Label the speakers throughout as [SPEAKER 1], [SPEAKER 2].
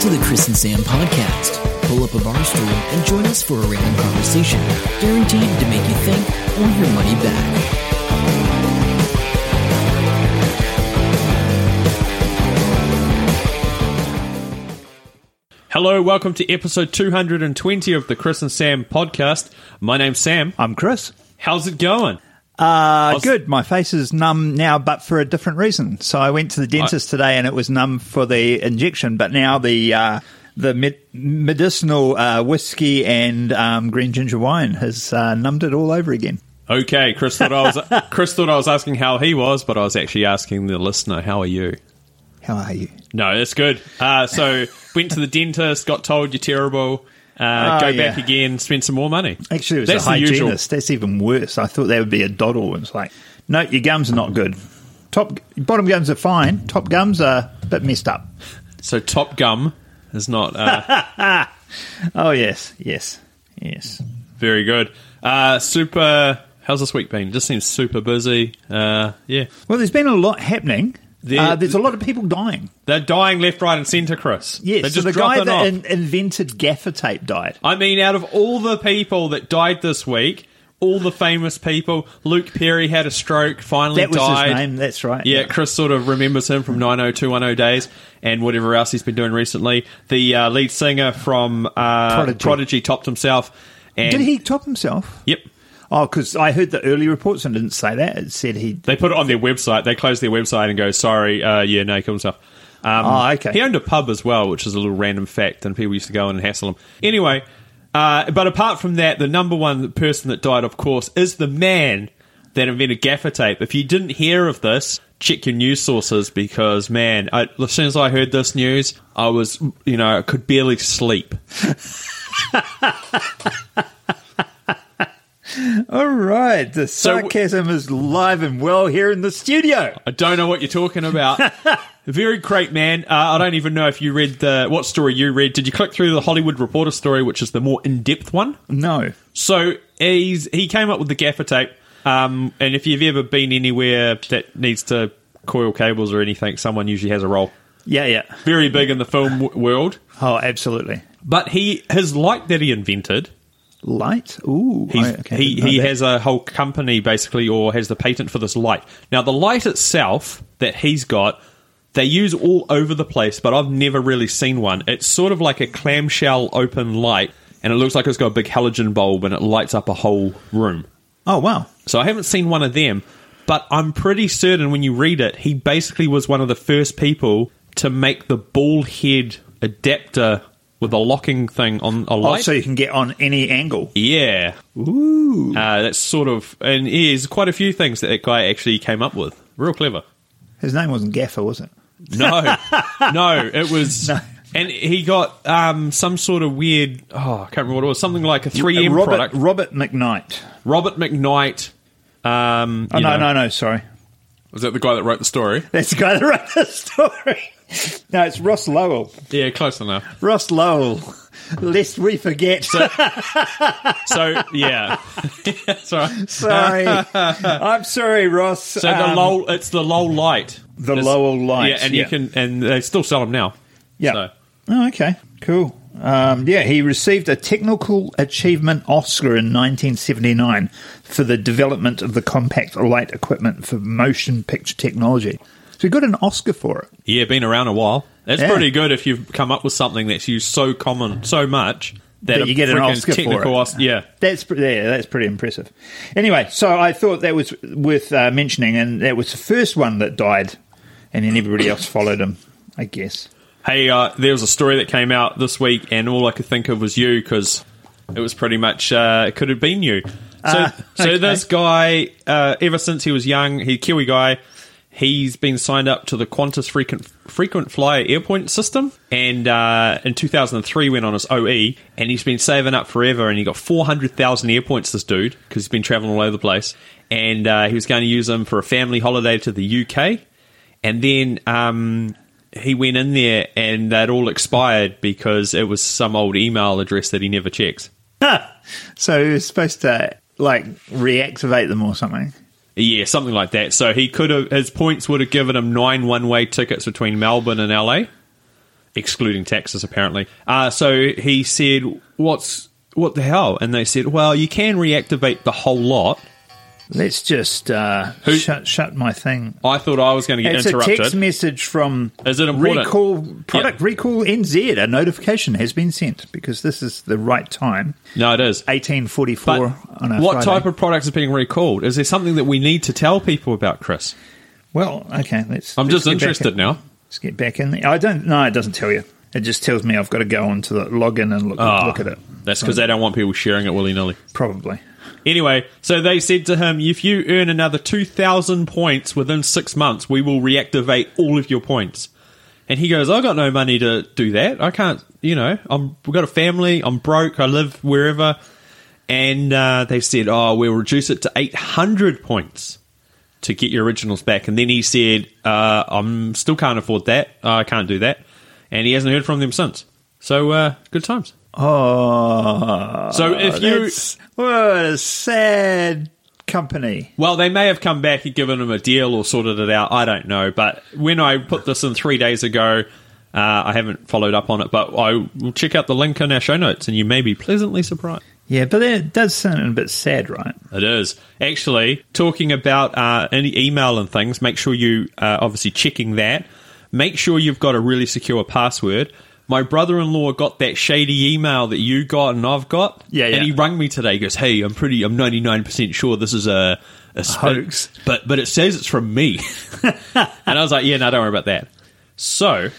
[SPEAKER 1] to the Chris and Sam podcast. Pull up a bar stool and join us for a random conversation, guaranteed to make you think or your money back.
[SPEAKER 2] Hello, welcome to episode 220 of the Chris and Sam podcast. My name's Sam.
[SPEAKER 3] I'm Chris.
[SPEAKER 2] How's it going?
[SPEAKER 3] Uh, good. My face is numb now, but for a different reason. So I went to the dentist today, and it was numb for the injection, but now the uh, the med- medicinal uh, whiskey and um, green ginger wine has uh, numbed it all over again.
[SPEAKER 2] Okay, Chris thought I was Chris thought I was asking how he was, but I was actually asking the listener, how are you?
[SPEAKER 3] How are you?
[SPEAKER 2] No, that's good. Uh, so went to the dentist, got told you're terrible. Uh,
[SPEAKER 3] Oh,
[SPEAKER 2] go
[SPEAKER 3] yeah.
[SPEAKER 2] back again, spend some more money.
[SPEAKER 3] Actually, it was
[SPEAKER 2] that's
[SPEAKER 3] a
[SPEAKER 2] the usual.
[SPEAKER 3] hygienist. That's even worse. I thought that would be a doddle. It was like, no, your gums are not good. Top bottom gums are fine. Top gums are a bit messed up.
[SPEAKER 2] So top gum is not uh,
[SPEAKER 3] Oh yes, yes, yes.
[SPEAKER 2] very good. Uh, super. How's this week been? Just seems super busy. Uh, yeah,
[SPEAKER 3] Well, there's been a lot happening.
[SPEAKER 2] There-
[SPEAKER 3] uh, there's a lot of people dying.
[SPEAKER 2] they're dying left, right, and centre, Chris.
[SPEAKER 3] Yes,
[SPEAKER 2] they're
[SPEAKER 3] so
[SPEAKER 2] just
[SPEAKER 3] the
[SPEAKER 2] dropping
[SPEAKER 3] guy that
[SPEAKER 2] off.
[SPEAKER 3] in- invented gaffer tape died.
[SPEAKER 2] I mean, out of all the people that died this week, all the famous people, Luke Perry had a stroke, finally
[SPEAKER 3] That was
[SPEAKER 2] died.
[SPEAKER 3] his name. That's right.
[SPEAKER 2] Yeah, Chris sort of remembers him from 90210 days and whatever else he's been doing recently. The uh, lead singer from uh,
[SPEAKER 3] Prodigy.
[SPEAKER 2] Prodigy. topped himself. And,
[SPEAKER 3] Did he top himself?
[SPEAKER 2] Yep.
[SPEAKER 3] Oh, because I heard the early reports and it didn't say that. It said he.
[SPEAKER 2] They put it on their website. They closed their website and go, sorry, uh, yeah, no, he killed himself. Um,
[SPEAKER 3] Oh, okay.
[SPEAKER 2] He owned a pub as well, which is a little random fact, and people used to go in and hassle him. Anyway, uh, but apart from that, the number one person that died, of course, is the man that invented gaffer tape. If you didn't hear of this, check your news sources because, man, I, as soon as I heard this news, I was, you know, I could barely sleep.
[SPEAKER 3] All right, the
[SPEAKER 2] So-
[SPEAKER 3] sarcasm is live and well here in the studio.
[SPEAKER 2] I don't know what you're talking about. Very great man. Uh, I don't even know if you read the what story you read. Did you click through the Hollywood Reporter story, which is the more in-depth one?
[SPEAKER 3] No,
[SPEAKER 2] So he's he came up with the gaffer tape. Um, and if you've ever been anywhere that needs to coil cables or anything, someone usually has a role.
[SPEAKER 3] yeah, yeah.
[SPEAKER 2] Very big in the film w- world.
[SPEAKER 3] Oh, absolutely.
[SPEAKER 2] But he his light that he invented.
[SPEAKER 3] Light. Ooh,
[SPEAKER 2] He's,
[SPEAKER 3] I- okay,
[SPEAKER 2] he
[SPEAKER 3] didn't know
[SPEAKER 2] he
[SPEAKER 3] that.
[SPEAKER 2] has a whole company basically, or has the patent for this light. Now, the light itself that he's got, they use all over the place, but I've never really seen one. It's sort of like a clamshell open light, and it looks like it's got a big halogen bulb, and it lights up a whole room.
[SPEAKER 3] Oh wow.
[SPEAKER 2] So I haven't seen one of them, but I'm pretty certain when you read it, he basically was one of the first people to make the ball head adapter with a locking thing on a
[SPEAKER 3] Oh,
[SPEAKER 2] light.
[SPEAKER 3] so you can get on any angle.
[SPEAKER 2] Yeah.
[SPEAKER 3] Ooh,
[SPEAKER 2] Uh, that's sort of, and there's quite a few things that that guy actually came up with. Real clever.
[SPEAKER 3] his name wasn't Gaffer, was it?
[SPEAKER 2] No, no, it was,
[SPEAKER 3] No.
[SPEAKER 2] and he got um, some sort of weird. Oh, I can't remember what it was. Something like a 3M
[SPEAKER 3] Uh, Robert
[SPEAKER 2] product.
[SPEAKER 3] Robert McKnight.
[SPEAKER 2] Robert McKnight. Um,
[SPEAKER 3] Oh
[SPEAKER 2] you
[SPEAKER 3] no,
[SPEAKER 2] know.
[SPEAKER 3] no, no. Sorry,
[SPEAKER 2] Was that the guy that wrote the story?
[SPEAKER 3] That's the guy that wrote the story. No, it's Ross Lowell.
[SPEAKER 2] Yeah, close enough.
[SPEAKER 3] Ross Lowell. Lest we forget.
[SPEAKER 2] So yeah, sorry.
[SPEAKER 3] sorry. I'm sorry, Ross.
[SPEAKER 2] So the low, it's the low light,
[SPEAKER 3] Um, The
[SPEAKER 2] It's-
[SPEAKER 3] Lowell light,
[SPEAKER 2] Yeah, and
[SPEAKER 3] yeah.
[SPEAKER 2] you can, and they still sell them now.
[SPEAKER 3] Yeah.
[SPEAKER 2] So.
[SPEAKER 3] Oh, okay. Cool. Um, yeah, he received a Technical Achievement Oscar in 1979 for the development of the compact light equipment for motion picture technology. So he got an Oscar for it.
[SPEAKER 2] Yeah, been around a while. That's
[SPEAKER 3] Yeah.
[SPEAKER 2] pretty good if you've come up with something that's used so common, so much that,
[SPEAKER 3] That
[SPEAKER 2] a
[SPEAKER 3] you get an
[SPEAKER 2] freaking
[SPEAKER 3] Oscar for
[SPEAKER 2] technical
[SPEAKER 3] it.
[SPEAKER 2] Os- yeah,
[SPEAKER 3] That's pre- yeah, that's pretty impressive. Anyway, so I thought that was worth uh, mentioning, and that was the first one that died, and then everybody else followed him, I guess.
[SPEAKER 2] hey, uh, there was a story that came out this week, and all I could think of was you because it was pretty much uh, it could have been you. So, so this guy, uh, ever since he was young, he Kiwi guy, he's been signed up to the Qantas frequent frequent flyer airpoint system, and uh, in 2003 went on his OE, and he's been saving up forever, and he got 400,000 airpoints. This dude because he's been traveling all over the place, and uh, he was going to use them for a family holiday to the UK. And then um, he went in there and that all expired because it was some old email address that he never checks.
[SPEAKER 3] So he was supposed to like reactivate them or something.
[SPEAKER 2] Yeah, something like that. So he could have, his points would have given him nine one way tickets between Melbourne and LA. excluding taxes apparently. Uh, so he said, "What's what the hell?" And they said, "Well, you can reactivate the whole lot."
[SPEAKER 3] Let's just uh,
[SPEAKER 2] Who-
[SPEAKER 3] shut shut my thing.
[SPEAKER 2] I thought I was going to get
[SPEAKER 3] It's a
[SPEAKER 2] interrupted.
[SPEAKER 3] text message from
[SPEAKER 2] Is it important?
[SPEAKER 3] Recall Product Recall NZ. A notification has been sent because this is the right time,
[SPEAKER 2] no, it is.
[SPEAKER 3] eighteen forty
[SPEAKER 2] But
[SPEAKER 3] four on a
[SPEAKER 2] what
[SPEAKER 3] Friday.
[SPEAKER 2] type of products is being recalled? Is there something that we need to tell people about, Chris?
[SPEAKER 3] Well, okay, let's.
[SPEAKER 2] I'm
[SPEAKER 3] let's
[SPEAKER 2] just
[SPEAKER 3] get back
[SPEAKER 2] interested
[SPEAKER 3] in-
[SPEAKER 2] now.
[SPEAKER 3] Let's get back in. there. I don't. No, it doesn't tell you. It just tells me I've got to go onto the login and look
[SPEAKER 2] Ah,
[SPEAKER 3] look at it.
[SPEAKER 2] That's because they don't want people sharing it willy nilly.
[SPEAKER 3] Probably.
[SPEAKER 2] Anyway, so they said to him, if you earn another 2,000 points within six months, we will reactivate all of your points. And he goes, I got no money to do that. I can't, you know, I'm, we've got a family, I'm broke, I live wherever. And uh, they said, oh, we'll reduce it to 800 points to get your originals back. And then he said, uh, I'm still can't afford that. I can't do that. And he hasn't heard from them since. So, uh, good times.
[SPEAKER 3] Oh,
[SPEAKER 2] So if you-
[SPEAKER 3] that's- what a sad company.
[SPEAKER 2] Well, they may have come back and given him a deal or sorted it out. I don't know. But when I put this in three days ago, uh, I haven't followed up on it. But I will check out the link in our show notes, and you may be pleasantly surprised.
[SPEAKER 3] Yeah, but it does sound a bit sad, right?
[SPEAKER 2] It is actually talking about uh, any email and things. Make sure you uh, obviously checking that. Make sure you've got a really secure password. My brother-in-law got that shady email that you got and I've got.
[SPEAKER 3] Yeah, yeah.
[SPEAKER 2] And he rang me today. He goes, "Hey, I'm pretty. I'm 99 percent sure this is a, a sp-
[SPEAKER 3] hoax.
[SPEAKER 2] but but it says it's from me." and I was like, "Yeah, no, don't worry about that." So,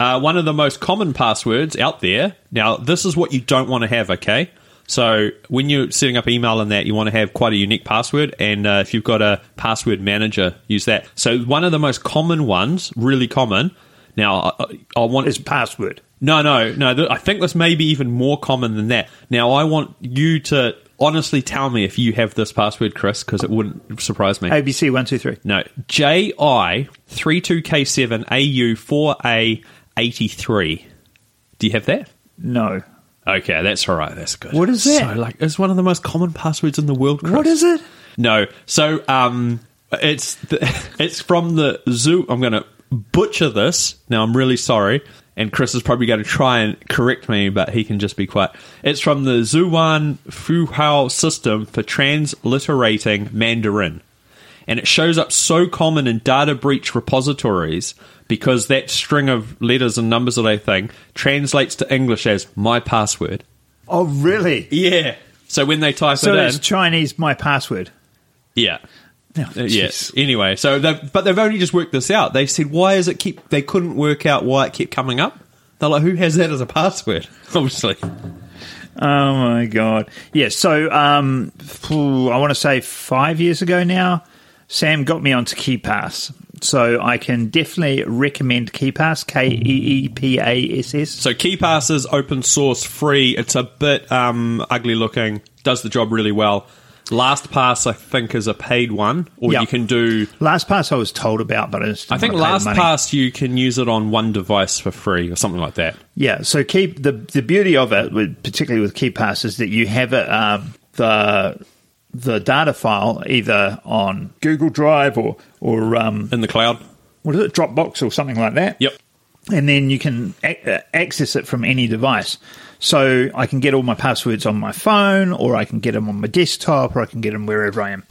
[SPEAKER 2] uh, one of the most common passwords out there. Now, this is what you don't want to have, okay? So, when you're setting up email and that, you want to have quite a unique password. And uh, if you've got a password manager, use that. So, one of the most common ones, really common. Now, I, I I want
[SPEAKER 3] It's password.
[SPEAKER 2] no, no, no. Th- I think this may be even more common than that. Now, I want you to honestly tell me if you have this password, Chris, because it wouldn't surprise me.
[SPEAKER 3] ABC one two three.
[SPEAKER 2] No, JI32K7AU4A83. Do you have that?
[SPEAKER 3] No.
[SPEAKER 2] Okay, that's all right. That's good.
[SPEAKER 3] What is
[SPEAKER 2] So,
[SPEAKER 3] that?
[SPEAKER 2] like, it's one of the most common passwords in the world. Chris.
[SPEAKER 3] What is it?
[SPEAKER 2] No. So um, it's the, it's from the zoo. I'm going to butcher this. Now I'm really sorry, and Chris is probably going to try and correct me, but he can just be quiet. It's from the Zhuan Fuhao system for transliterating Mandarin. And it shows up so common in data breach repositories because that string of letters and numbers that they thing translates to English as my password.
[SPEAKER 3] Oh, really?
[SPEAKER 2] Yeah. So when they type
[SPEAKER 3] So
[SPEAKER 2] it in,
[SPEAKER 3] it's Chinese. My password.
[SPEAKER 2] Uh, yeah,
[SPEAKER 3] Oh,
[SPEAKER 2] Yes.
[SPEAKER 3] jeez.
[SPEAKER 2] Anyway, so they've, but they've only just worked this out. They said why is it keep they couldn't work out why it kept coming up. They're like, who has that as a password? Obviously,
[SPEAKER 3] Oh my god. Yeah. So um, phew, I want to say five years ago now, Sam got me onto KeyPass, so I can definitely recommend KeyPass. K e e p a s s.
[SPEAKER 2] so KeyPass is open source, free. It's a bit um, ugly looking. Does the job really well. LastPass, I think, is a paid one, or
[SPEAKER 3] Yeah.
[SPEAKER 2] you can do.
[SPEAKER 3] LastPass I was told about, but I, just
[SPEAKER 2] I think
[SPEAKER 3] didn't wanna pay the money.
[SPEAKER 2] LastPass you can use it on one device for free or something like that.
[SPEAKER 3] Yeah. So keep the the beauty of it, with, particularly with KeyPass, is that you have it um, the the data file either on Google Drive or or um,
[SPEAKER 2] In the cloud,
[SPEAKER 3] what is it Dropbox or something like that.
[SPEAKER 2] Yep.
[SPEAKER 3] And then you can ac- uh, access it from any device. So I can get all my passwords on my phone, or I can get them on my desktop, or I can get them wherever I am.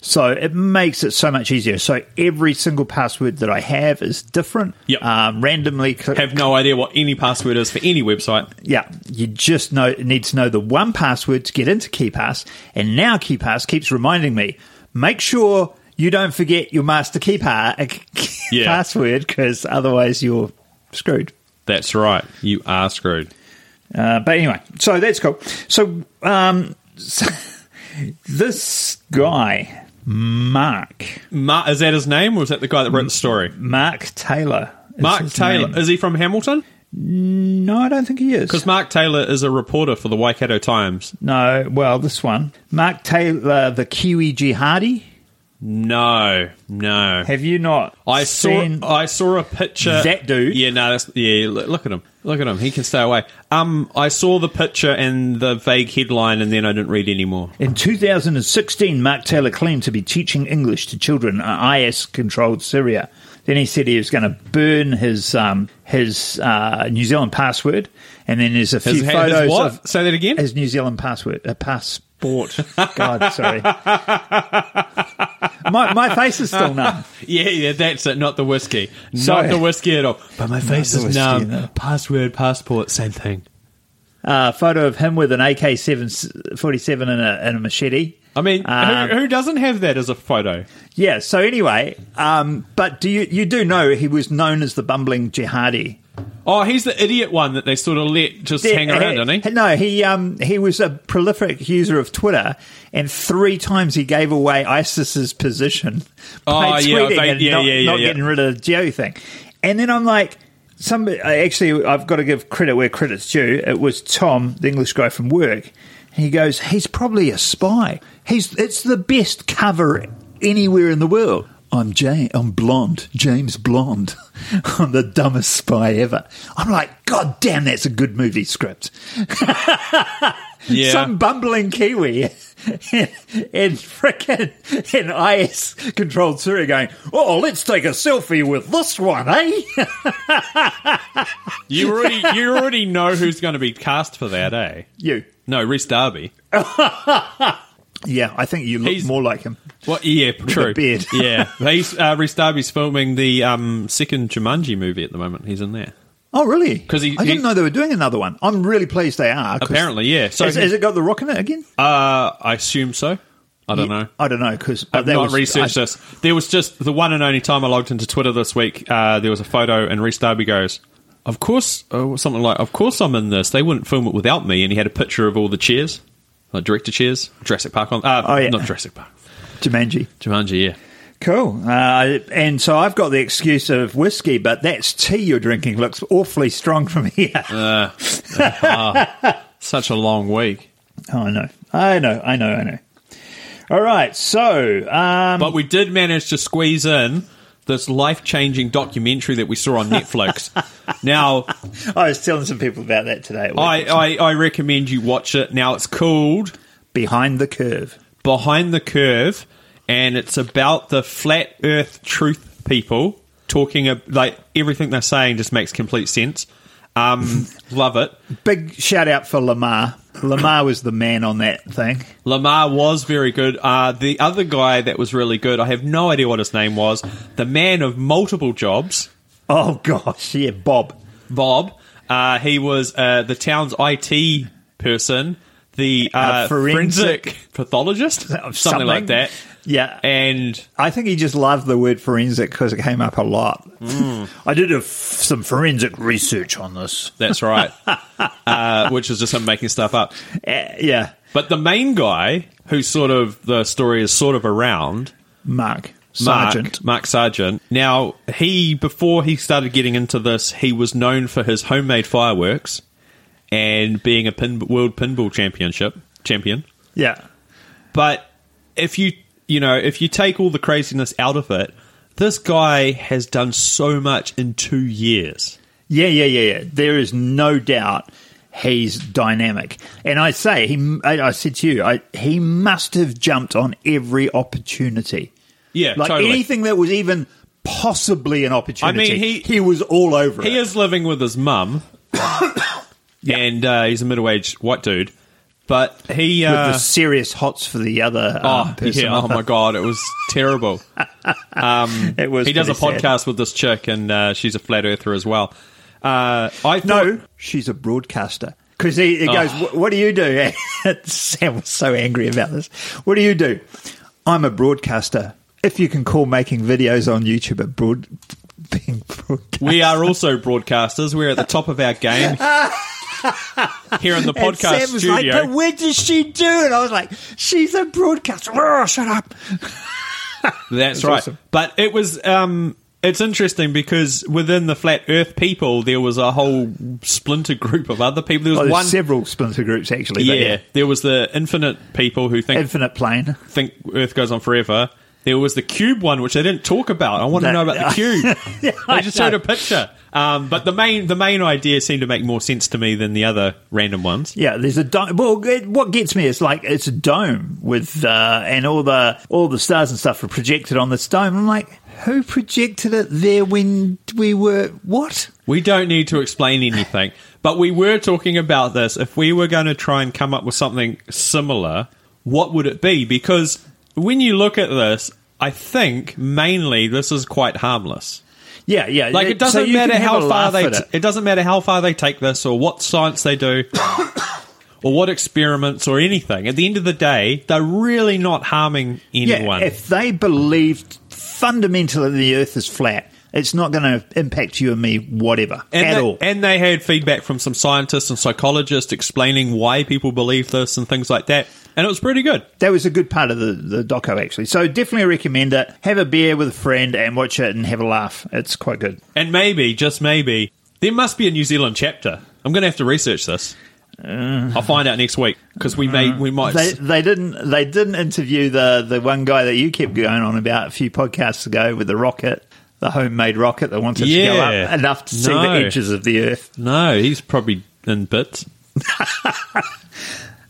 [SPEAKER 3] So it makes it so much easier. So every single password that I have is different.
[SPEAKER 2] Yep.
[SPEAKER 3] Um, randomly cl-
[SPEAKER 2] have no idea what any password is for any website.
[SPEAKER 3] yeah, you just know need to know the one password to get into KeyPass, and now KeyPass keeps reminding me: make sure you don't forget your master key pa-
[SPEAKER 2] Yeah.
[SPEAKER 3] password, because otherwise you're screwed.
[SPEAKER 2] That's right. You are screwed.
[SPEAKER 3] Uh, but anyway, so that's cool. So, um, so this guy, Mark,
[SPEAKER 2] Mark, is that his name, or is that the guy that wrote the story?
[SPEAKER 3] Mark Taylor. Mm, is
[SPEAKER 2] Mark
[SPEAKER 3] his
[SPEAKER 2] Taylor.
[SPEAKER 3] name.
[SPEAKER 2] Is he from Hamilton?
[SPEAKER 3] No, I don't think he is.
[SPEAKER 2] Because Mark Taylor is a reporter for the Waikato Times.
[SPEAKER 3] No, well, this one, Mark Taylor, the Kiwi jihadi.
[SPEAKER 2] No, no.
[SPEAKER 3] Have you not?
[SPEAKER 2] I saw
[SPEAKER 3] seen-
[SPEAKER 2] I saw a picture.
[SPEAKER 3] That dude?
[SPEAKER 2] Yeah, no, that's yeah. Look, look at him. Look at him. He can stay away. Um, I saw the picture and the vague headline, and then I didn't read any more.
[SPEAKER 3] In 2016, Mark Taylor claimed to be teaching English to children in IS controlled Syria. Then he said he was going to burn his um, his uh, New Zealand password, and then there's a few
[SPEAKER 2] His, his
[SPEAKER 3] photos
[SPEAKER 2] what?
[SPEAKER 3] of
[SPEAKER 2] Say that again.
[SPEAKER 3] his New Zealand password, a passport. God, sorry. my, my face is still numb.
[SPEAKER 2] yeah, yeah, that's it. Not the whiskey.
[SPEAKER 3] Sorry.
[SPEAKER 2] Not the whiskey at all. But my face
[SPEAKER 3] the
[SPEAKER 2] is
[SPEAKER 3] whiskey,
[SPEAKER 2] numb.
[SPEAKER 3] no.
[SPEAKER 2] Password, passport, same thing.
[SPEAKER 3] Uh, photo of him with an AK 47 and a, and a machete.
[SPEAKER 2] I mean,
[SPEAKER 3] Um,
[SPEAKER 2] who, who doesn't have that as a photo?
[SPEAKER 3] Yeah. So anyway, um, but do you you do know he was known as the bumbling jihadi?
[SPEAKER 2] Oh, he's the idiot one that they sort of let just hang
[SPEAKER 3] Yeah,
[SPEAKER 2] around,
[SPEAKER 3] he-
[SPEAKER 2] doesn't he?
[SPEAKER 3] No, he um, he was a prolific user of Twitter, and three times he gave away ISIS's position by
[SPEAKER 2] Oh, yeah,
[SPEAKER 3] tweeting
[SPEAKER 2] they-
[SPEAKER 3] and
[SPEAKER 2] yeah,
[SPEAKER 3] not,
[SPEAKER 2] yeah, yeah,
[SPEAKER 3] not
[SPEAKER 2] yeah.
[SPEAKER 3] getting rid of the geo thing. And then I'm like, some I actually, I've got to give credit where credit's due. It was Tom, the English guy from work. And he goes, he's probably a spy. He's it's the best cover anywhere in the world. I'm James, I'm blonde, James Blonde. I'm the dumbest spy ever. I'm like, God damn, that's a good movie script
[SPEAKER 2] Yeah.
[SPEAKER 3] some bumbling Kiwi in frickin' in IS controlled Syria going, oh, let's take a selfie with this one, eh?
[SPEAKER 2] you already you already know who's going to be cast for that, eh?
[SPEAKER 3] you.
[SPEAKER 2] No, Reese Darby.
[SPEAKER 3] Yeah, I think you look
[SPEAKER 2] He's-
[SPEAKER 3] more like him.
[SPEAKER 2] Well, yeah, true.
[SPEAKER 3] beard.
[SPEAKER 2] yeah, he's uh, Rhys Darby's filming the um, second Jumanji movie at the moment. He's in there.
[SPEAKER 3] Oh, really?
[SPEAKER 2] 'Cause he-
[SPEAKER 3] I
[SPEAKER 2] he-
[SPEAKER 3] didn't know they were doing another one. I'm really pleased they are. 'cause-
[SPEAKER 2] Apparently, yeah. So
[SPEAKER 3] has, has it got The Rock in it again?
[SPEAKER 2] uh, I assume so. I don't know.
[SPEAKER 3] I don't know, uh, because...
[SPEAKER 2] I've not researched this. There was just the one and only time I logged into Twitter this week. Uh, there was a photo, and Reese Darby goes, "Of course, oh, something like, of course I'm in this. They wouldn't film it without me." And he had a picture of all the chairs, like director chairs, Jurassic Park on. Uh,
[SPEAKER 3] Oh, yeah.
[SPEAKER 2] not Jurassic Park,
[SPEAKER 3] Jumanji.
[SPEAKER 2] Jumanji. Yeah,
[SPEAKER 3] Cool. Uh, and so I've got the excuse of whiskey, but that's tea you're drinking looks awfully strong from here.
[SPEAKER 2] Uh, such a long week.
[SPEAKER 3] Oh, I know. I know. I know. I know. All right. So, um,
[SPEAKER 2] But we did manage to squeeze in this life changing documentary that we saw on Netflix. now,
[SPEAKER 3] I was telling some people about that today.
[SPEAKER 2] I, I, I recommend you watch it. Now, it's called
[SPEAKER 3] Behind the curve.
[SPEAKER 2] Behind the Curve, and it's about the flat earth truth people talking, ab- like, everything they're saying just makes complete sense. Um, love it.
[SPEAKER 3] Big shout out for Lamar. Lamar was the man on that thing.
[SPEAKER 2] Lamar was very good. Uh, the other guy that was really good, I have no idea what his name was, the man of multiple jobs.
[SPEAKER 3] Oh gosh, yeah, Bob.
[SPEAKER 2] Bob. Uh, he was uh, the town's IT person, the uh,
[SPEAKER 3] Uh, forensic-
[SPEAKER 2] forensic, pathologist, something, like that. Eh.
[SPEAKER 3] Yeah,
[SPEAKER 2] And
[SPEAKER 3] I think he just loved the word forensic because it came up a lot.
[SPEAKER 2] Hmm.
[SPEAKER 3] I did a f- some forensic research on this.
[SPEAKER 2] that's right, uh, which is just him making stuff up.
[SPEAKER 3] Uh, yeah,
[SPEAKER 2] But the main guy, who sort of the story is sort of around,
[SPEAKER 3] Mark
[SPEAKER 2] Mark,
[SPEAKER 3] Sergeant.
[SPEAKER 2] Mark Sargent. Now he, before he started getting into this, he was known for his homemade fireworks and being a pin, world pinball championship champion.
[SPEAKER 3] Yeah,
[SPEAKER 2] But if you you know if you take all the craziness out of it, this guy has done so much in two years.
[SPEAKER 3] Yeah, yeah, yeah, yeah. There is no doubt he's dynamic, and I say he. I, I said to you, I, he must have jumped on every opportunity.
[SPEAKER 2] Yeah,
[SPEAKER 3] like
[SPEAKER 2] totally.
[SPEAKER 3] anything that was even possibly an opportunity.
[SPEAKER 2] I mean, he-
[SPEAKER 3] was all over
[SPEAKER 2] He
[SPEAKER 3] it.
[SPEAKER 2] is living with his mum, and uh, he's a middle-aged white dude. But he,
[SPEAKER 3] with
[SPEAKER 2] uh,
[SPEAKER 3] the serious hots for the other um,
[SPEAKER 2] oh,
[SPEAKER 3] person.
[SPEAKER 2] yeah, oh my god, it was terrible.
[SPEAKER 3] It was.
[SPEAKER 2] He does a
[SPEAKER 3] pretty sad.
[SPEAKER 2] podcast with this chick, and uh, she's a flat earther as well. Uh, I
[SPEAKER 3] No, Oh.
[SPEAKER 2] thought-
[SPEAKER 3] she's a broadcaster. Because he, he goes, "Wh- What do you do? Sam was so angry about this. What do you do? I'm a broadcaster. If you can call making videos on YouTube a broad, being broadcast.
[SPEAKER 2] we are also broadcasters. We're at the top of our game here in the
[SPEAKER 3] And
[SPEAKER 2] podcast
[SPEAKER 3] Sam was
[SPEAKER 2] studio.
[SPEAKER 3] like, But what does she do? And I was like, She's a broadcaster. Oh, shut up.
[SPEAKER 2] That's right.
[SPEAKER 3] awesome.
[SPEAKER 2] But it was um it's interesting because within the flat earth people there was a whole splinter group of other people. There
[SPEAKER 3] Oh,
[SPEAKER 2] was
[SPEAKER 3] there's
[SPEAKER 2] one
[SPEAKER 3] several splinter groups, actually.
[SPEAKER 2] yeah,
[SPEAKER 3] but yeah.
[SPEAKER 2] there was the infinite people who think
[SPEAKER 3] Infinite Plane.
[SPEAKER 2] think earth goes on forever There was the cube one, which they didn't talk about. I want to
[SPEAKER 3] That-
[SPEAKER 2] know about the cube.
[SPEAKER 3] I
[SPEAKER 2] they just showed
[SPEAKER 3] know.
[SPEAKER 2] a picture. Um, but the main the main idea seemed to make more sense to me than the other random ones.
[SPEAKER 3] Yeah, there's a dome. Well, it, what gets me is like it's a dome with uh, and all the all the stars and stuff are projected on this dome. I'm like, who projected it there when we were what?
[SPEAKER 2] We don't need to explain anything, but we were talking about this. If we were going to try and come up with something similar, what would it be? Because when you look at this, I think mainly this is quite harmless.
[SPEAKER 3] Yeah, yeah.
[SPEAKER 2] Like it
[SPEAKER 3] so
[SPEAKER 2] doesn't
[SPEAKER 3] you
[SPEAKER 2] matter
[SPEAKER 3] can have
[SPEAKER 2] how
[SPEAKER 3] a
[SPEAKER 2] far
[SPEAKER 3] laugh
[SPEAKER 2] they
[SPEAKER 3] at
[SPEAKER 2] t-
[SPEAKER 3] it.
[SPEAKER 2] it doesn't matter how far they take this or what science they do or what experiments or anything. At the end of the day, they're really not harming anyone.
[SPEAKER 3] Yeah, if they believed fundamentally the Earth is flat, it's not going to impact you and me, whatever,
[SPEAKER 2] and
[SPEAKER 3] at
[SPEAKER 2] they,
[SPEAKER 3] all.
[SPEAKER 2] and they had feedback from some scientists and psychologists explaining why people believe this and things like that. And it was pretty good.
[SPEAKER 3] that was a good part of the, the doco, actually. So definitely recommend it. Have a beer with a friend and watch it and have a laugh. It's quite good.
[SPEAKER 2] And maybe, just maybe, there must be a New Zealand chapter. I'm going to have to research this. I'll find out next week because we may we might
[SPEAKER 3] Uh. They, they didn't they didn't interview the the one guy that you kept going on about a few podcasts ago with the rocket, the homemade rocket that wanted to go
[SPEAKER 2] Yeah.
[SPEAKER 3] up enough to see
[SPEAKER 2] No.
[SPEAKER 3] the edges of the Earth.
[SPEAKER 2] no. He's probably in bits.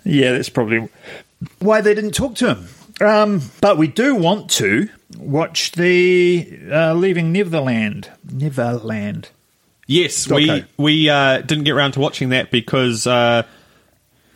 [SPEAKER 3] Yeah, that's probably why they didn't talk to him. Um, but we do want to watch the uh, Leaving Neverland. Neverland.
[SPEAKER 2] Yes,
[SPEAKER 3] Okay.
[SPEAKER 2] we we uh, didn't get around to watching that because uh,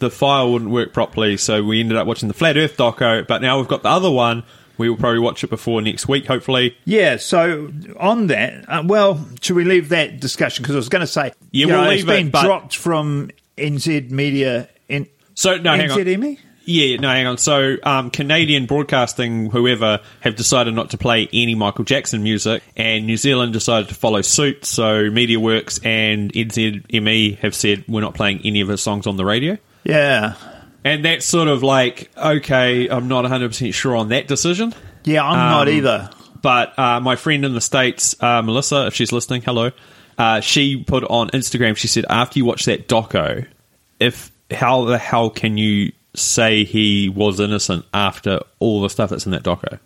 [SPEAKER 2] the file wouldn't work properly, so we ended up watching the Flat Earth doco. But now we've got the other one. We will probably watch it before next week, hopefully.
[SPEAKER 3] Yeah, so on that, uh, well, should we leave that discussion? Because I was going to say,
[SPEAKER 2] Yeah,
[SPEAKER 3] you
[SPEAKER 2] we'll
[SPEAKER 3] know,
[SPEAKER 2] leave
[SPEAKER 3] it's been
[SPEAKER 2] it, but-
[SPEAKER 3] dropped from NZ Media. In-
[SPEAKER 2] So no, hang on.
[SPEAKER 3] NZME?
[SPEAKER 2] Yeah, no, hang on. So um, Canadian broadcasting, whoever, have decided not to play any Michael Jackson music, and New Zealand decided to follow suit. So MediaWorks and NZME E have said we're not playing any of his songs on the radio.
[SPEAKER 3] Yeah.
[SPEAKER 2] And that's sort of like, okay, I'm not 100% sure on that decision.
[SPEAKER 3] Yeah, I'm not
[SPEAKER 2] Um,
[SPEAKER 3] either.
[SPEAKER 2] But uh, my friend in the States, uh, Melissa, if she's listening, hello. Uh, she put on Instagram, she said, after you watch that doco, if how the hell can you say he was innocent after all the stuff that's in that doco?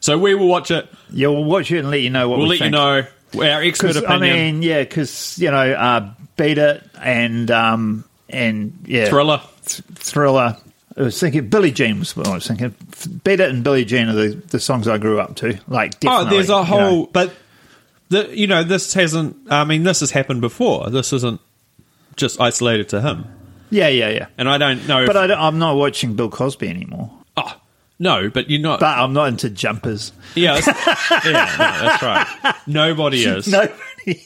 [SPEAKER 2] So we will watch it.
[SPEAKER 3] Yeah, we'll watch it and let you know what
[SPEAKER 2] We'll
[SPEAKER 3] we
[SPEAKER 2] let you
[SPEAKER 3] think.
[SPEAKER 2] know our expert
[SPEAKER 3] 'Cause, I
[SPEAKER 2] opinion.
[SPEAKER 3] mean, yeah, because you know, uh, beat it and um, and yeah,
[SPEAKER 2] thriller.
[SPEAKER 3] th- thriller. I was thinking Billie Jean was what I was thinking. F- Beat it and Billie Jean are the, the songs I grew up to. Like,
[SPEAKER 2] Oh,
[SPEAKER 3] definitely,
[SPEAKER 2] there's
[SPEAKER 3] you
[SPEAKER 2] a
[SPEAKER 3] know.
[SPEAKER 2] whole, but the, you know, this hasn't. I mean, this has happened before. This isn't just isolated to him.
[SPEAKER 3] yeah, yeah, yeah.
[SPEAKER 2] And I don't know.
[SPEAKER 3] But
[SPEAKER 2] if,
[SPEAKER 3] I don't, I'm not watching Bill Cosby anymore.
[SPEAKER 2] oh, no, but you're not.
[SPEAKER 3] But I'm not into jumpers.
[SPEAKER 2] Yeah, that's, yeah, no, that's right. Nobody is.
[SPEAKER 3] Nobody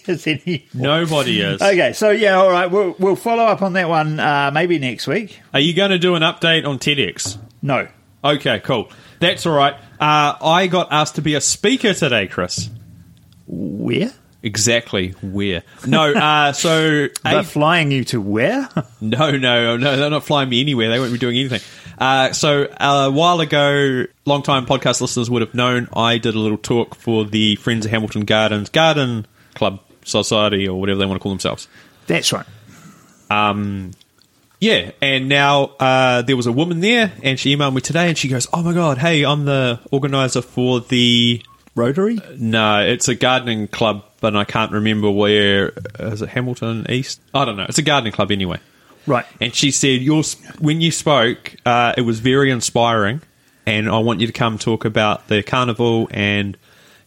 [SPEAKER 3] is any.
[SPEAKER 2] Nobody is.
[SPEAKER 3] Okay, so yeah, all right. We'll we'll follow up on that one uh, maybe next week.
[SPEAKER 2] Are you going to do an update on TEDx?
[SPEAKER 3] No,
[SPEAKER 2] Okay, cool. That's all right. Uh, I got asked to be a speaker today, Chris.
[SPEAKER 3] where?
[SPEAKER 2] Exactly where? No, uh, so
[SPEAKER 3] They're
[SPEAKER 2] A-
[SPEAKER 3] flying you to where?
[SPEAKER 2] no, no, no. They're not flying me anywhere. They won't be doing anything. Uh, so a while ago, long-time podcast listeners would have known I did a little talk for the Friends of Hamilton Gardens Garden Club Society or whatever they want to call themselves.
[SPEAKER 3] That's right.
[SPEAKER 2] Yeah, and now uh, there was a woman there, and she emailed me today, and she goes, "Oh my god, hey, I'm the organizer for the
[SPEAKER 3] Rotary.
[SPEAKER 2] no, it's a gardening club, but I can't remember where uh, is it Hamilton East? I don't know. It's a gardening club anyway."
[SPEAKER 3] Right.
[SPEAKER 2] And she said, "Your sp- when you spoke, uh, it was very inspiring, and I want you to come talk about the carnival and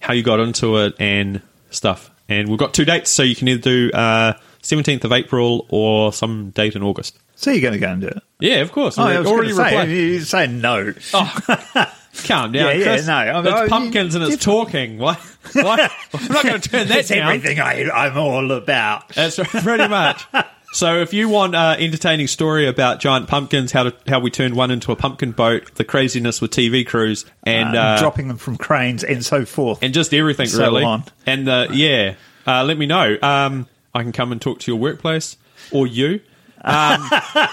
[SPEAKER 2] how you got into it and stuff." And we've got two dates, so you can either do uh, 17th of April or some date in August.
[SPEAKER 3] So you're going to go and do it?
[SPEAKER 2] Yeah, of course.
[SPEAKER 3] Oh,
[SPEAKER 2] Already-
[SPEAKER 3] I was
[SPEAKER 2] already
[SPEAKER 3] already say,
[SPEAKER 2] replied. Oh,
[SPEAKER 3] you say no.
[SPEAKER 2] Calm
[SPEAKER 3] Yeah,
[SPEAKER 2] down,
[SPEAKER 3] yeah,
[SPEAKER 2] Chris.
[SPEAKER 3] no, I mean,
[SPEAKER 2] it's
[SPEAKER 3] oh, you-
[SPEAKER 2] pumpkins and it's talking. Why? why? I'm not going to turn that
[SPEAKER 3] That's
[SPEAKER 2] down.
[SPEAKER 3] everything I, I'm all about.
[SPEAKER 2] That's right, pretty much. So, if you want an entertaining story about giant pumpkins, how to, how we turned one into a pumpkin boat, the craziness with TV crews, and uh,
[SPEAKER 3] dropping them from cranes and so forth.
[SPEAKER 2] and just everything
[SPEAKER 3] So
[SPEAKER 2] really,
[SPEAKER 3] on.
[SPEAKER 2] and uh, yeah, uh, let me know. Um, I can come and talk to your workplace or you. Um,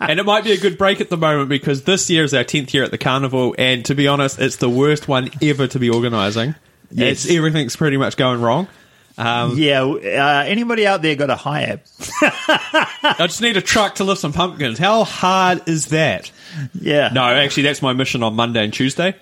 [SPEAKER 2] and it might be a good break at the moment because this year is our 10th year at the carnival and to be honest it's the worst one ever to be organising
[SPEAKER 3] Yes.
[SPEAKER 2] It's- everything's pretty much going wrong
[SPEAKER 3] yeah, uh, anybody out there got a hire?
[SPEAKER 2] i just need a truck to lift some pumpkins how hard is that
[SPEAKER 3] Yeah.
[SPEAKER 2] no actually that's my mission on monday and tuesday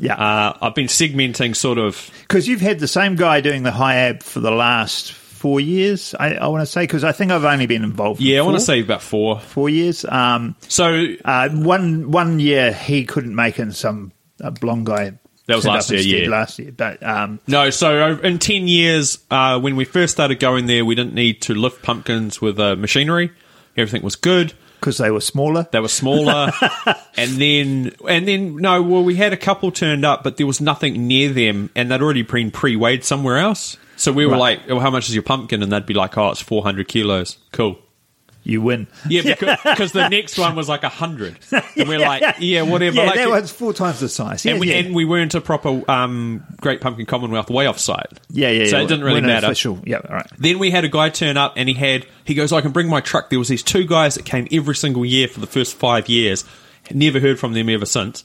[SPEAKER 3] Yeah.
[SPEAKER 2] Uh, I've been segmenting sort of
[SPEAKER 3] Because you've had the same guy doing the high ab for the last four years, I, I want to say, because I think I've only been involved. in
[SPEAKER 2] yeah, I want
[SPEAKER 3] four-
[SPEAKER 2] to say about four.
[SPEAKER 3] four years. Um,
[SPEAKER 2] So
[SPEAKER 3] uh, one one year he couldn't make it, and some uh, blonde guy
[SPEAKER 2] That was
[SPEAKER 3] turned
[SPEAKER 2] last
[SPEAKER 3] up
[SPEAKER 2] year,
[SPEAKER 3] instead
[SPEAKER 2] yeah.
[SPEAKER 3] last year. But um,
[SPEAKER 2] No, so uh, in 10 years, uh, when we first started going there, we didn't need to lift pumpkins with uh, machinery. Everything was good.
[SPEAKER 3] because they were smaller,
[SPEAKER 2] They were smaller. and then, and then, no, well, we had a couple turned up, but there was nothing near them, and they'd already been pre weighed somewhere else. So we were
[SPEAKER 3] Right.
[SPEAKER 2] like, well, how much is your pumpkin? And they'd be like, oh, it's 400 kilos. Cool.
[SPEAKER 3] you win.
[SPEAKER 2] Yeah, because 'cause the next one was like 100. And we're like, yeah, whatever.
[SPEAKER 3] Yeah,
[SPEAKER 2] like,
[SPEAKER 3] that was four times the size. Yeah,
[SPEAKER 2] and we,
[SPEAKER 3] yeah.
[SPEAKER 2] and we weren't a proper um, Great Pumpkin Commonwealth way off site.
[SPEAKER 3] yeah, yeah,
[SPEAKER 2] So
[SPEAKER 3] yeah.
[SPEAKER 2] it didn't really
[SPEAKER 3] We're not
[SPEAKER 2] matter.
[SPEAKER 3] Official. Yeah, all right.
[SPEAKER 2] Then we had a guy turn up and he had he goes, I can bring my truck. There was these two guys that came every single year for the first five years. Never heard from them ever since.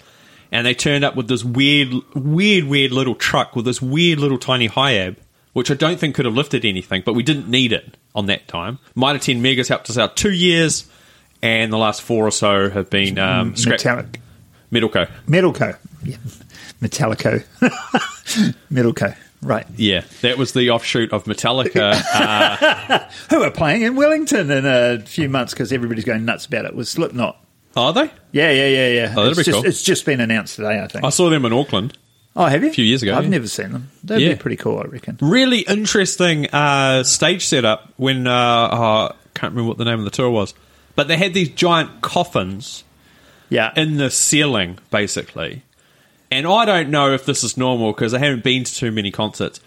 [SPEAKER 2] And they turned up with this weird weird, weird little truck with this weird little tiny hiab, which I don't think could have lifted anything, but we didn't need it on that time. Mitre ten megas helped us out two years and the last four or so have been um scrap
[SPEAKER 3] Metallic,
[SPEAKER 2] Metalco.
[SPEAKER 3] Metalco, yeah. Metallico, Metalco. Right,
[SPEAKER 2] Yeah. That was the offshoot of Metallica. uh,
[SPEAKER 3] who are playing in Wellington in a few months because everybody's going nuts about it. Was Slipknot?
[SPEAKER 2] are they?
[SPEAKER 3] Yeah, yeah, yeah, yeah.
[SPEAKER 2] Oh, that'd
[SPEAKER 3] it's
[SPEAKER 2] be
[SPEAKER 3] just,
[SPEAKER 2] cool.
[SPEAKER 3] It's just been announced today, I think.
[SPEAKER 2] I saw them in Auckland.
[SPEAKER 3] Oh, have you? A
[SPEAKER 2] few years ago,
[SPEAKER 3] I've
[SPEAKER 2] yeah.
[SPEAKER 3] never seen them. That'd
[SPEAKER 2] Yeah.
[SPEAKER 3] be pretty cool, I reckon.
[SPEAKER 2] really interesting uh, stage setup when uh, oh, I can't remember what the name of the tour was, but they had these giant coffins
[SPEAKER 3] Yeah.
[SPEAKER 2] in the ceiling, basically. And I don't know if this is normal because I haven't been to too many concerts,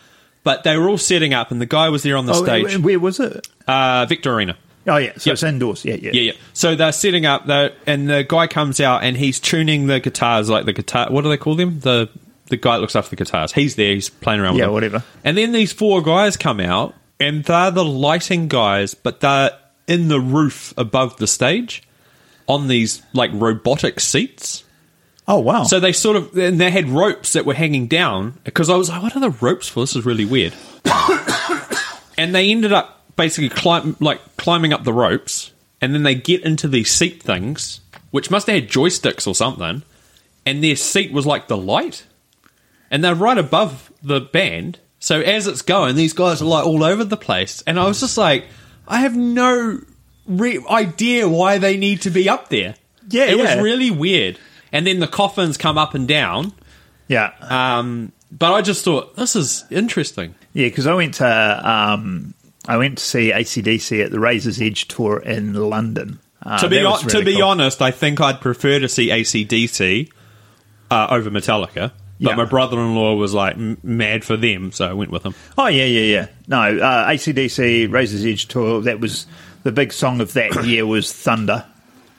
[SPEAKER 2] but they were all setting up, and the guy was there on the
[SPEAKER 3] oh,
[SPEAKER 2] stage,
[SPEAKER 3] Where was it?
[SPEAKER 2] uh, Victor Arena.
[SPEAKER 3] Oh, yeah. So
[SPEAKER 2] Yeah.
[SPEAKER 3] it's indoors. Yeah, yeah.
[SPEAKER 2] Yeah, yeah. So they're setting up, they're, and the guy comes out and he's tuning the guitars, like the guitar. What do they call them? The the guy that looks after the guitars. He's there. He's playing around.
[SPEAKER 3] Yeah,
[SPEAKER 2] with them.
[SPEAKER 3] whatever.
[SPEAKER 2] And then these four guys come out, and they're the lighting guys, but they're in the roof above the stage on these like robotic seats.
[SPEAKER 3] Oh, wow.
[SPEAKER 2] So they sort of and they had ropes that were hanging down because I was like, what are the ropes for? This is really weird. and they ended up basically climb, like climbing up the ropes, and then they get into these seat things, which must have had joysticks or something, and their seat was like the light, and they're right above the band. So as it's going, these guys are like all over the place, and I was just like, I have no re- idea why they need to be up there.
[SPEAKER 3] Yeah,
[SPEAKER 2] it
[SPEAKER 3] yeah.
[SPEAKER 2] was really weird. And then the coffins come up and down.
[SPEAKER 3] yeah.
[SPEAKER 2] Um, but I just thought this is interesting.
[SPEAKER 3] yeah, because I went to. Um, I went to see ACDC at the Razor's Edge tour in London. Uh,
[SPEAKER 2] to be
[SPEAKER 3] that
[SPEAKER 2] hon-
[SPEAKER 3] was
[SPEAKER 2] to
[SPEAKER 3] really
[SPEAKER 2] be
[SPEAKER 3] cool.
[SPEAKER 2] honest, I think I'd prefer to see ACDC uh, over Metallica. But
[SPEAKER 3] Yeah.
[SPEAKER 2] my brother-in-law was like m- mad for them, so I went with him.
[SPEAKER 3] Oh, yeah, yeah, yeah. No, uh, ACDC, Razor's Edge tour, that was the big song of that year was Thunder.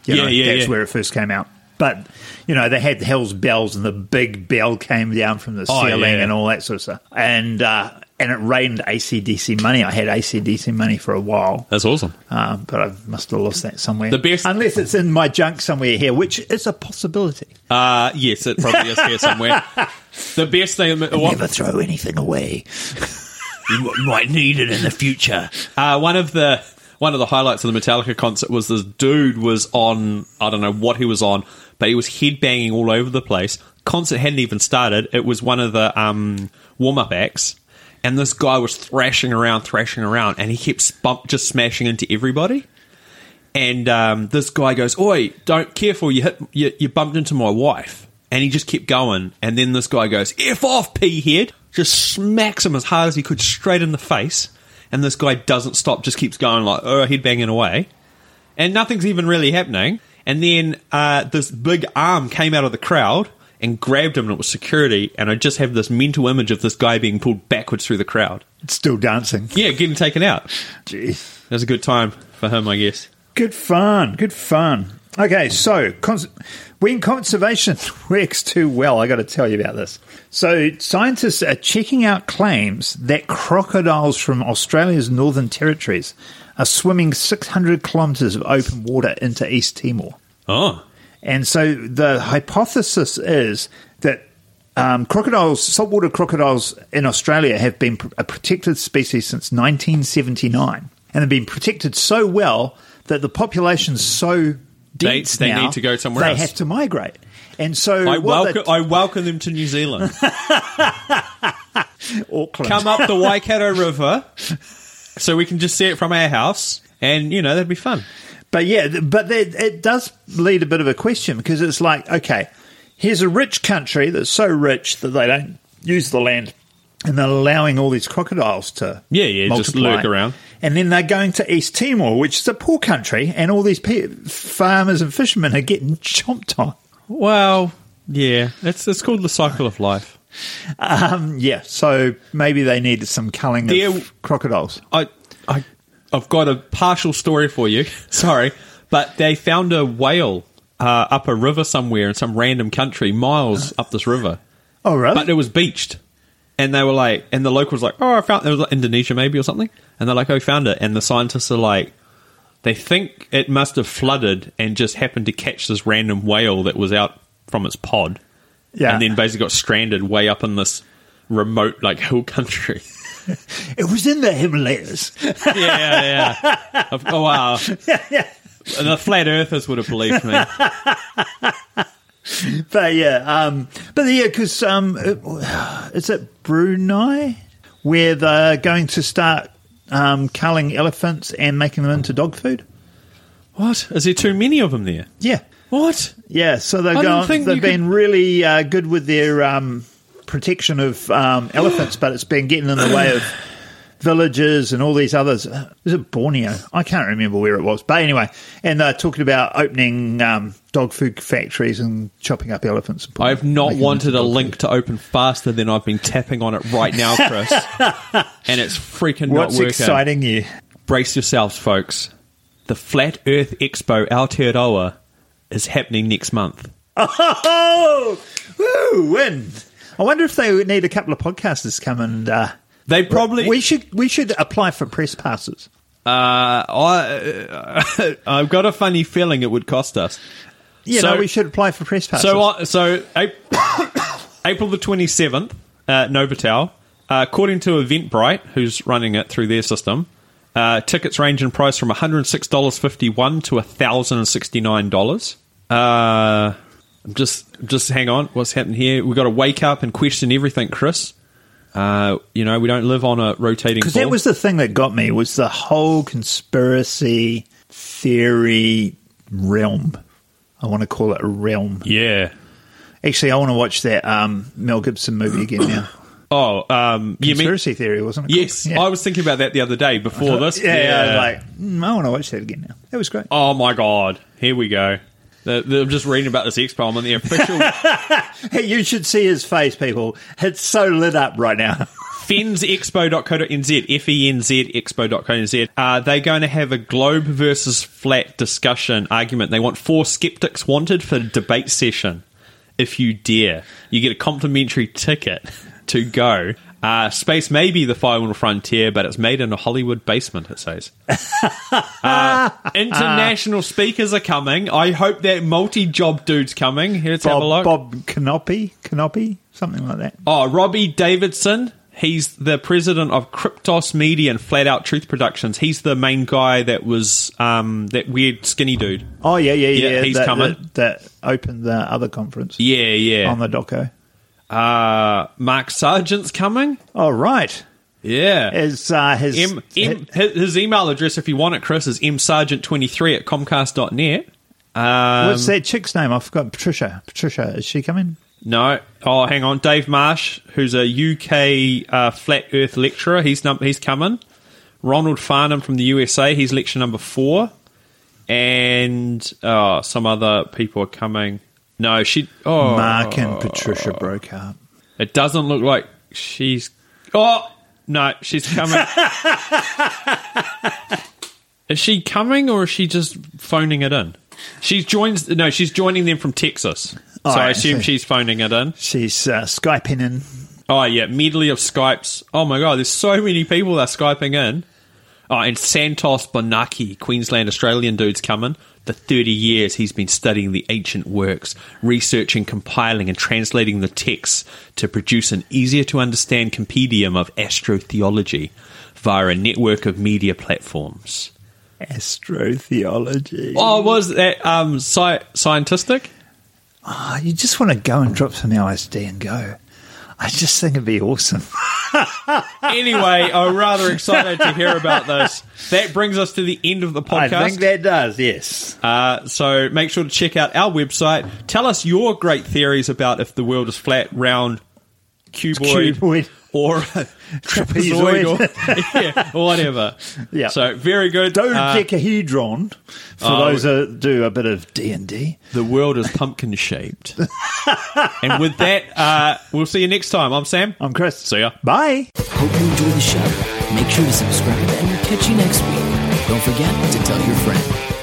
[SPEAKER 3] You
[SPEAKER 2] Yeah,
[SPEAKER 3] know,
[SPEAKER 2] yeah,
[SPEAKER 3] That's
[SPEAKER 2] yeah.
[SPEAKER 3] where it first came out. But, you know, they had Hell's Bells and the big bell came down from the
[SPEAKER 2] Oh,
[SPEAKER 3] ceiling
[SPEAKER 2] yeah.
[SPEAKER 3] and all that sort of stuff. And, uh, and it rained ACDC money. I had ACDC money for a while,
[SPEAKER 2] That's awesome.
[SPEAKER 3] uh, but I must have lost that somewhere.
[SPEAKER 2] The best-
[SPEAKER 3] Unless it's in my junk somewhere here, which is a possibility.
[SPEAKER 2] Uh, yes, it probably is here somewhere. The best thing, uh, what-
[SPEAKER 3] Never throw anything away.
[SPEAKER 2] you might need it in the future. Uh, one of the one of the highlights of the Metallica concert was this dude was on I don't know what he was on, but he was headbanging all over the place. Concert hadn't even started. It was one of the um, warm up acts, and this guy was thrashing around, thrashing around, and he kept spump, just smashing into everybody. And um, this guy goes, "Oi, don't careful! You hit, you, you bumped into my wife." And he just kept going. And then this guy goes, "F off, p head!" Just smacks him as hard as he could, straight in the face. And this guy doesn't stop; just keeps going like, "Oh, head banging away," and nothing's even really happening. And then uh, this big arm came out of the crowd and grabbed him, and it was security. And I just have this mental image of this guy being pulled backwards through the crowd.
[SPEAKER 3] Still dancing.
[SPEAKER 2] Yeah, getting taken out.
[SPEAKER 3] Jeez.
[SPEAKER 2] It was a good time for him, I guess.
[SPEAKER 3] Good fun. Good fun. Okay, so cons- when conservation works too well, I got to tell you about this. So scientists are checking out claims that crocodiles from Australia's northern territories are swimming 600 kilometres of open water into East Timor.
[SPEAKER 2] Oh,
[SPEAKER 3] And so the hypothesis is that um, crocodiles, saltwater crocodiles in Australia, have been pr- a protected species since 1979, and have been protected so well that the population's so dense
[SPEAKER 2] they
[SPEAKER 3] now,
[SPEAKER 2] need to go somewhere
[SPEAKER 3] They
[SPEAKER 2] else.
[SPEAKER 3] have to migrate. And so
[SPEAKER 2] I
[SPEAKER 3] what
[SPEAKER 2] welcome,
[SPEAKER 3] the-
[SPEAKER 2] I welcome them to New Zealand.
[SPEAKER 3] Auckland.
[SPEAKER 2] Come up the Waikato River so we can just see it from our house. And, you know, that'd be fun.
[SPEAKER 3] But yeah, th- but that it does lead a bit of a question because it's like, okay, here's a rich country that's so rich that they don't use the land, and they're allowing all these crocodiles to
[SPEAKER 2] Yeah, yeah, just
[SPEAKER 3] multiply.
[SPEAKER 2] lurk around.
[SPEAKER 3] and then they're going to East Timor, which is a poor country, and all these pe- farmers and fishermen are getting chomped on.
[SPEAKER 2] Well, yeah, it's, it's called the cycle of life.
[SPEAKER 3] Um, yeah, so maybe they needed some culling
[SPEAKER 2] There-
[SPEAKER 3] of crocodiles.
[SPEAKER 2] I, I, I've got a partial story for you. Sorry, but they found a whale uh, up a river somewhere in some random country, miles up this river,
[SPEAKER 3] Oh, really?
[SPEAKER 2] but uh, it was beached. And they were like, and the locals were like, oh, I found it was like Indonesia maybe or something, and they're like, oh, found it. And the scientists are like, they think it must have flooded and just happened to catch this random whale that was out from its pod,
[SPEAKER 3] yeah,
[SPEAKER 2] and then basically got stranded way up in this remote like hill country.
[SPEAKER 3] it was in the Himalayas.
[SPEAKER 2] yeah, yeah. Of- Oh wow. The flat earthers would have believed me.
[SPEAKER 3] But yeah, um, but yeah, because um, it- is it Brunei where they're going to start um, culling elephants and making them into dog food?
[SPEAKER 2] What? Is there too many of them there?
[SPEAKER 3] Yeah,
[SPEAKER 2] What?
[SPEAKER 3] yeah. So they're
[SPEAKER 2] I didn't
[SPEAKER 3] going.
[SPEAKER 2] think
[SPEAKER 3] They've
[SPEAKER 2] you
[SPEAKER 3] been really uh, good with their um, protection of um, elephants, but it's been getting in the way of villages and all these others. Is it Borneo? I can't remember where it was, but anyway. And they're talking about opening um, dog food factories and chopping up elephants. and putting-
[SPEAKER 2] I've not
[SPEAKER 3] making them into
[SPEAKER 2] wanted a
[SPEAKER 3] dog
[SPEAKER 2] link to open faster than I've been tapping on it right now, Chris. and it's freaking
[SPEAKER 3] What's
[SPEAKER 2] not working.
[SPEAKER 3] exciting you?
[SPEAKER 2] Brace yourselves, folks. The Flat Earth Expo Aotearoa is happening next month.
[SPEAKER 3] Oh, woo, win! I wonder if they would need a couple of podcasters to come and. Uh,
[SPEAKER 2] They probably
[SPEAKER 3] we should we should apply for press passes.
[SPEAKER 2] uh, I, I've got a funny feeling it would cost us.
[SPEAKER 3] Yeah,
[SPEAKER 2] So-
[SPEAKER 3] no, we should apply for press passes.
[SPEAKER 2] So, uh, so April, April the 27th, uh, Novotel, uh, according to Eventbrite, who's running it through their system, uh, tickets range in price from $106.51 to $1,069. Uh, I'm just, just hang on. What's happened here? We've got to wake up and question everything, Chris. Uh, you know, we don't live on a rotating
[SPEAKER 3] because that
[SPEAKER 2] ball.
[SPEAKER 3] was the thing that got me was the whole conspiracy theory realm. I want to call it a realm.
[SPEAKER 2] yeah.
[SPEAKER 3] Actually, I want to watch that um, Mel Gibson movie again now.
[SPEAKER 2] Oh, um, you mean?
[SPEAKER 3] Conspiracy theory, wasn't it? called?
[SPEAKER 2] Yes,
[SPEAKER 3] Yeah. Uh-huh.
[SPEAKER 2] I was thinking about that the other day before this.
[SPEAKER 3] yeah, yeah, like mm, I want to watch that again now. That was great.
[SPEAKER 2] Oh my god! Here we go. The- the- I'm just reading about this expo. I'm on the official
[SPEAKER 3] Hey, you should see his face, people. It's so lit up right now.
[SPEAKER 2] fensexpo.co.nz, F-E-N-Z expo.co.nz. Uh, they're going to have a globe versus flat discussion argument. They want four skeptics wanted for a debate session. If you dare, you get a complimentary ticket to go. Uh, space may be the final frontier, but it's made in a Hollywood basement, it says. Uh, international speakers are coming. I hope that multi job dude's coming. Let's have a look.
[SPEAKER 3] Bob, Bob Canopy, Canopy, something like that.
[SPEAKER 2] Oh, Robbie Davidson. He's the president of Kryptos Media and Flat Out Truth Productions. He's the main guy that was um, that weird skinny dude.
[SPEAKER 3] Oh yeah, yeah,
[SPEAKER 2] Yeah,
[SPEAKER 3] yeah.
[SPEAKER 2] he's
[SPEAKER 3] that,
[SPEAKER 2] coming.
[SPEAKER 3] That, that opened the other conference
[SPEAKER 2] Yeah,
[SPEAKER 3] on
[SPEAKER 2] yeah.
[SPEAKER 3] the doco.
[SPEAKER 2] Uh, Mark Sargent's coming.
[SPEAKER 3] All right,
[SPEAKER 2] Yeah.
[SPEAKER 3] is uh, his
[SPEAKER 2] M, M, his his email address, if you want it, Chris, is msargent23 at comcast.net.
[SPEAKER 3] what's
[SPEAKER 2] um,
[SPEAKER 3] that chick's name? I forgot. Patricia. Patricia, is she coming?
[SPEAKER 2] No. Oh, hang on. Dave Marsh, who's a UK uh, flat Earth lecturer, he's num- he's coming. Ronald Farnham from the USA, he's lecture number four, and uh, some other people are coming. No, she. Oh,
[SPEAKER 3] Mark and Patricia broke up.
[SPEAKER 2] it doesn't look like she's. Oh no, she's coming. is she coming or is she just phoning it in? She joins. No, she's joining them from Texas.
[SPEAKER 3] Oh,
[SPEAKER 2] so I
[SPEAKER 3] I
[SPEAKER 2] assume
[SPEAKER 3] see.
[SPEAKER 2] she's phoning it in.
[SPEAKER 3] She's uh, skyping in.
[SPEAKER 2] Oh yeah, medley of Skypes. Oh my god, there's so many people that are skyping in. Oh, and Santos Bonaki, Queensland Australian dude's coming. The 30 years he's been studying the ancient works, researching, compiling, and translating the texts to produce an easier to understand compendium of astrotheology via a network of media platforms.
[SPEAKER 3] Astrotheology.
[SPEAKER 2] Oh, was that um, sci- scientific?
[SPEAKER 3] oh, you just want to go and drop some LSD and go. I just think it'd be awesome.
[SPEAKER 2] Anyway, I'm rather excited to hear about this. That brings us to the end of the podcast.
[SPEAKER 3] I think that does, yes.
[SPEAKER 2] Uh, so make sure to check out our website. Tell us your great theories about if the world is flat, round, cuboid,
[SPEAKER 3] Cuboid.
[SPEAKER 2] or trapezoid, or yeah, whatever.
[SPEAKER 3] Yeah.
[SPEAKER 2] So very good. Uh,
[SPEAKER 3] Dodecahedron, for
[SPEAKER 2] oh,
[SPEAKER 3] those that do a bit of D&D.
[SPEAKER 2] the world is pumpkin shaped. and with that, uh, we'll see you next time. I'm Sam.
[SPEAKER 3] I'm Chris.
[SPEAKER 2] See ya.
[SPEAKER 3] Bye.
[SPEAKER 1] Hope you enjoy the show. Make sure to subscribe and we'll catch you next week. Don't forget to tell your friend.